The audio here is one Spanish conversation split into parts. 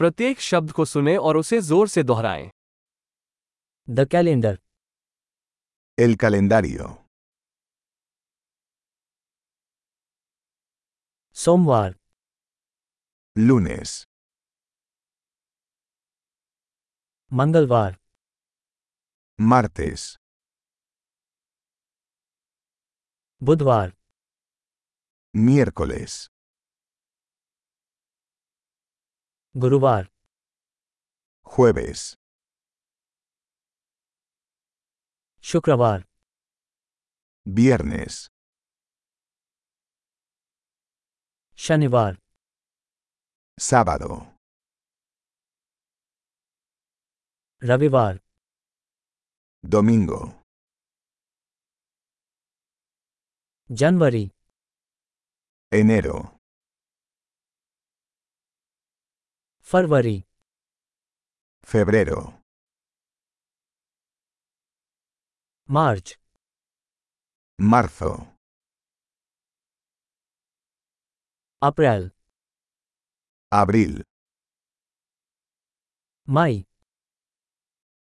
प्रत्येक शब्द को सुने और उसे जोर से दोहराएं The calendar. El calendario. सोमवार Lunes. मंगलवार Martes. बुधवार Miércoles. गुरुवार Jueves. शुक्रवार Viernes. शनिवार Sábado. रविवार Domingo. जनवरी Enero. फरवरी Febrero. मार्च Marzo. अप्रैल Abril. मई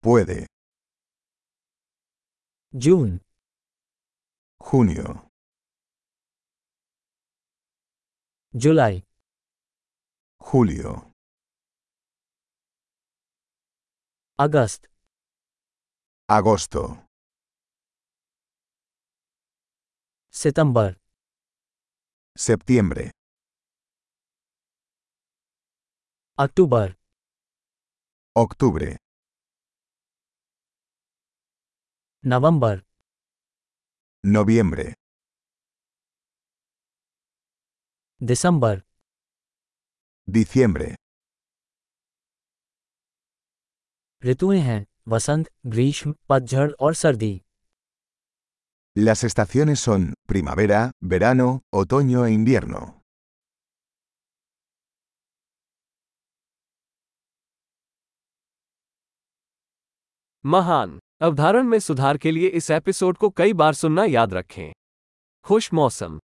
Puede. जून Junio. जुलाई Julio. अगस्त Agosto. सितंबर Septiembre. अक्टूबर Octubre. नवंबर Noviembre. दिसंबर Diciembre. ऋतुएं हैं वसंत ग्रीष्म पतझड़ और सर्दी Las estaciones son primavera, verano, otoño e invierno. महान अवधारण में सुधार के लिए इस एपिसोड को कई बार सुनना याद रखें खुश मौसम